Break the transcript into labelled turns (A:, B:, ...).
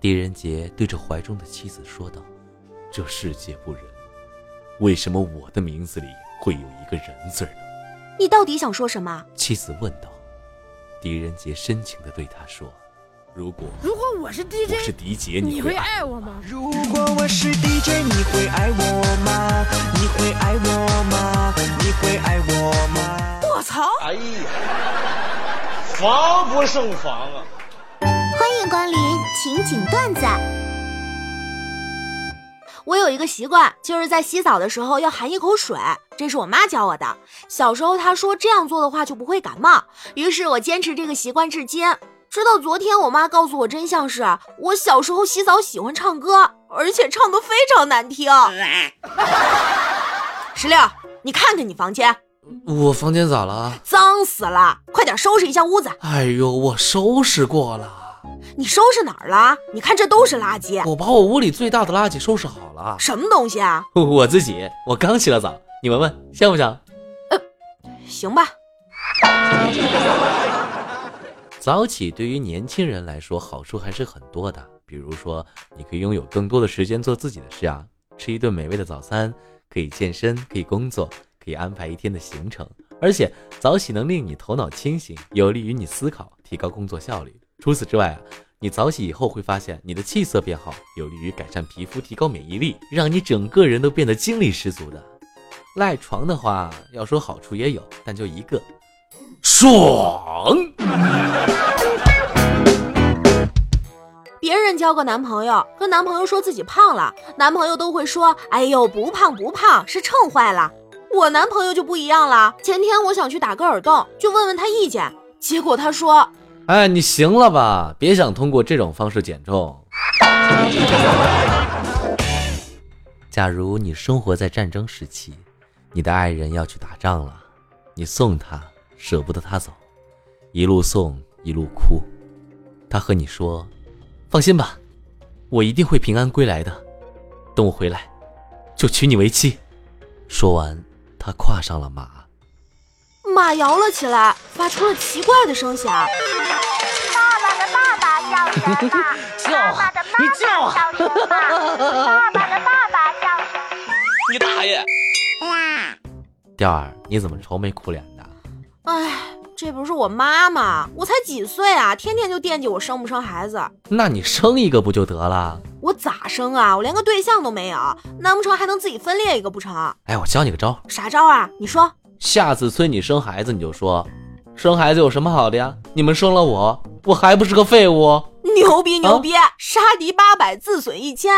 A: 狄仁杰对着怀中的妻子说道：“
B: 这世界不仁，为什么我的名字里会有一个人字呢？”
C: 你到底想说什么？
A: 妻子问道。狄仁杰深情地对他说：“
B: 如果
D: 如果我是
B: 我
D: DJ，
B: 是狄杰，
D: 你
B: 会
D: 会
B: 爱
D: 爱我吗？
E: 如果我是 DJ，你会爱我吗？你会爱我吗？你会爱我吗？
D: 我操！
F: 哎呀，防不胜防啊！
C: 欢迎光临情景段子。我有一个习惯，就是在洗澡的时候要含一口水，这是我妈教我的。小时候她说这样做的话就不会感冒，于是我坚持这个习惯至今。直到昨天，我妈告诉我真相是，我小时候洗澡喜欢唱歌，而且唱得非常难听。 石榴，你看看你房间，
G: 我房间咋
A: 啊
G: 了？
C: 脏死了，快点收拾一下屋子。
G: 哎呦，我收拾过了，
C: 你收拾哪儿了？你看这都是垃圾，
G: 我把我屋里最大的垃圾收拾好 了。
C: 什么东西啊？
G: 我自己，我刚洗了澡，你闻闻香不香？
C: 行吧，
A: 早起对于年轻人来说好处还是很多的，比如说你可以拥有更多的时间做自己的事啊，吃一顿美味的早餐，可以健身，可以工作，可以安排一天的行程，而且早起能令你头脑清醒，有利于你思考，提高工作效率。除此之外啊，你早起以后会发现你的气色变好，有利于改善皮肤，提高免疫力，让你整个人都变得精力十足的。赖床的话，要说好处也有，但就一个，
B: 爽。
C: 别人交个男朋友，跟男朋友说自己胖了，男朋友都会说：“哎呦，不胖不胖，是秤坏了。”我男朋友就不一样了，前天我想去打个耳洞，就问问他意见，结果他说
A: 哎，你行了吧？别想通过这种方式减重。假如你生活在战争时期，你的爱人要去打仗了，你送他，舍不得他走，一路送一路哭。他和你说：“放心吧，我一定会平安归来的。等我回来，就娶你为妻。”说完，他跨上了马。
C: 马摇了起来，发出了奇怪的声响。
E: 叫啊！你叫啊！
F: 你大爷！
A: 调儿，你怎么愁眉苦脸的？
C: 哎，这不是我妈吗？我才几岁啊，天天就惦记我生不生孩子。
A: 那你生一个不就得了？
C: 我咋生啊？我连个对象都没有，难不成还能自己分裂一个不成？
A: 哎，我教你个招儿，
C: 啥招啊？你说。
A: 下次催你生孩子，你就说，生孩子有什么好的呀？你们生了我，我还不是个废物？
C: 牛逼牛逼！杀敌八百，自损一千。